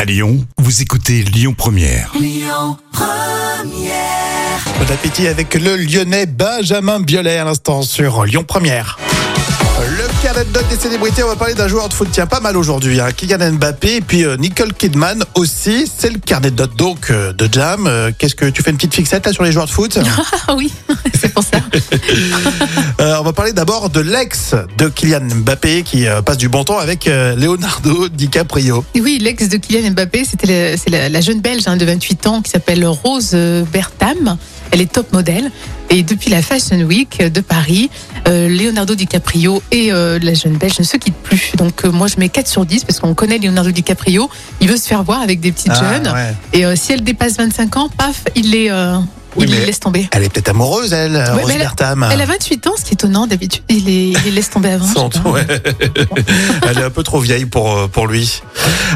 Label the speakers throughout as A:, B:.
A: À Lyon, vous écoutez Lyon Première.
B: Bon appétit avec le Lyonnais Benjamin Biolay à l'instant sur Lyon Première. Le calendrier des célébrités, on va parler d'un joueur de foot tient pas mal aujourd'hui, hein. Kylian Mbappé et puis euh, Nicole Kidman aussi. C'est le carnet de notes donc euh, de Jam. Euh, Qu'est-ce que tu fais une petite fixette là sur les joueurs de foot
C: Ah oui, c'est pour ça.
B: Euh, On va parler d'abord de l'ex de Kylian Mbappé qui euh, passe du bon temps avec euh, Leonardo DiCaprio.
C: Oui, l'ex de Kylian Mbappé, c'était la, c'est la, la jeune Belge hein, de 28 ans qui s'appelle Rose euh, Bertam. Elle est top modèle. Et depuis la Fashion Week de Paris, euh, Leonardo DiCaprio et euh, la jeune Belge ne se quittent plus. Donc euh, moi, je mets 4 sur 10 parce qu'on connaît Leonardo DiCaprio. Il veut se faire voir avec des petites
B: Ah,
C: jeunes.
B: ouais.
C: Et euh, si elle dépasse 25 ans, paf, il les, euh,
B: Oui,
C: il les
B: mais-
C: laisse tomber.
B: Elle est peut-être amoureuse, elle,
C: Ouais,
B: Rose
C: mais elle-
B: Bertam.
C: Elle a 28 ans, ce qui est étonnant d'habitude. Il les, il les laisse tomber avant. je sais
B: Sans
C: pas.
B: doute, ouais. Elle est un peu trop vieille pour, euh, pour lui.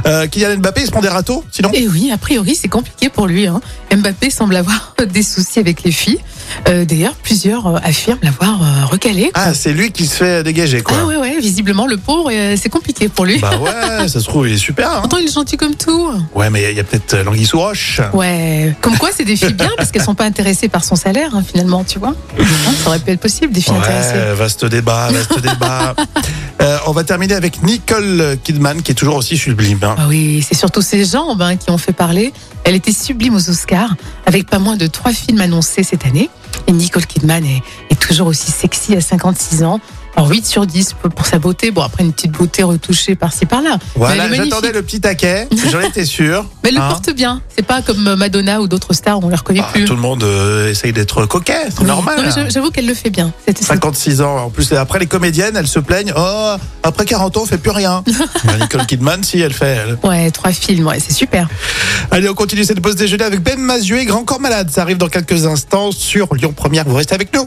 B: Euh, Kylian Mbappé, il se prend des râteaux, sinon
C: Et Eh oui, a priori, c'est compliqué pour lui. hein. Mbappé semble avoir des soucis avec les filles. Euh, D'ailleurs, plusieurs euh, affirment l'avoir euh, recalé.
B: Ah, c'est lui qui se fait dégager, quoi.
C: Ah ouais, ouais, visiblement, le pauvre, euh, c'est compliqué pour lui.
B: Bah ouais, ça se trouve, il est super. hein.
C: Pourtant, il est gentil comme tout.
B: Ouais, mais il y a- il y a, peut-être euh, l'anguille sous roche.
C: Ouais. Comme quoi, c'est des filles bien parce qu'elles sont pas intéressées par son salaire, hein, finalement, tu vois. Hein, ça aurait pu être possible, des filles intéressées.
B: Ouais, vaste débat, vaste débat. Euh, on va terminer avec Nicole Kidman, qui est toujours aussi sublime. hein.
C: Ah oui, c'est surtout ses jambes hein, qui ont fait parler. Elle était sublime aux Oscars, avec pas moins de trois films annoncés cette année. Et Nicole Kidman est, est toujours aussi sexy à 56 ans. Alors 8 sur 10 pour, pour sa beauté. Bon, après une petite beauté retouchée par-ci par-là. Mais
B: Voilà,
C: elle est magnifique.
B: j'attendais le petit taquet, j'en étais sûr.
C: Mais elle
B: hein.
C: le porte bien. C'est pas comme Madonna ou d'autres stars, on ne les reconnaît
B: Bah,
C: plus.
B: tout le monde euh, essaye d'être coquet, c'est
C: Oui.
B: normal. hein.
C: Non, mais je- J'avoue qu'elle le fait bien. C'est- c'est-
B: 56 ans. En plus, après les comédiennes, elles se plaignent. Oh, après 40 ans, on fait plus rien. Mais Nicole Kidman, si, elle fait. elle.
C: Ouais, trois films, ouais, c'est super.
B: Allez, on continue cette pause déjeuner avec Ben Mazieu et Grand Corps Malade. Ça arrive dans quelques instants sur Lyon Première. Vous restez avec nous.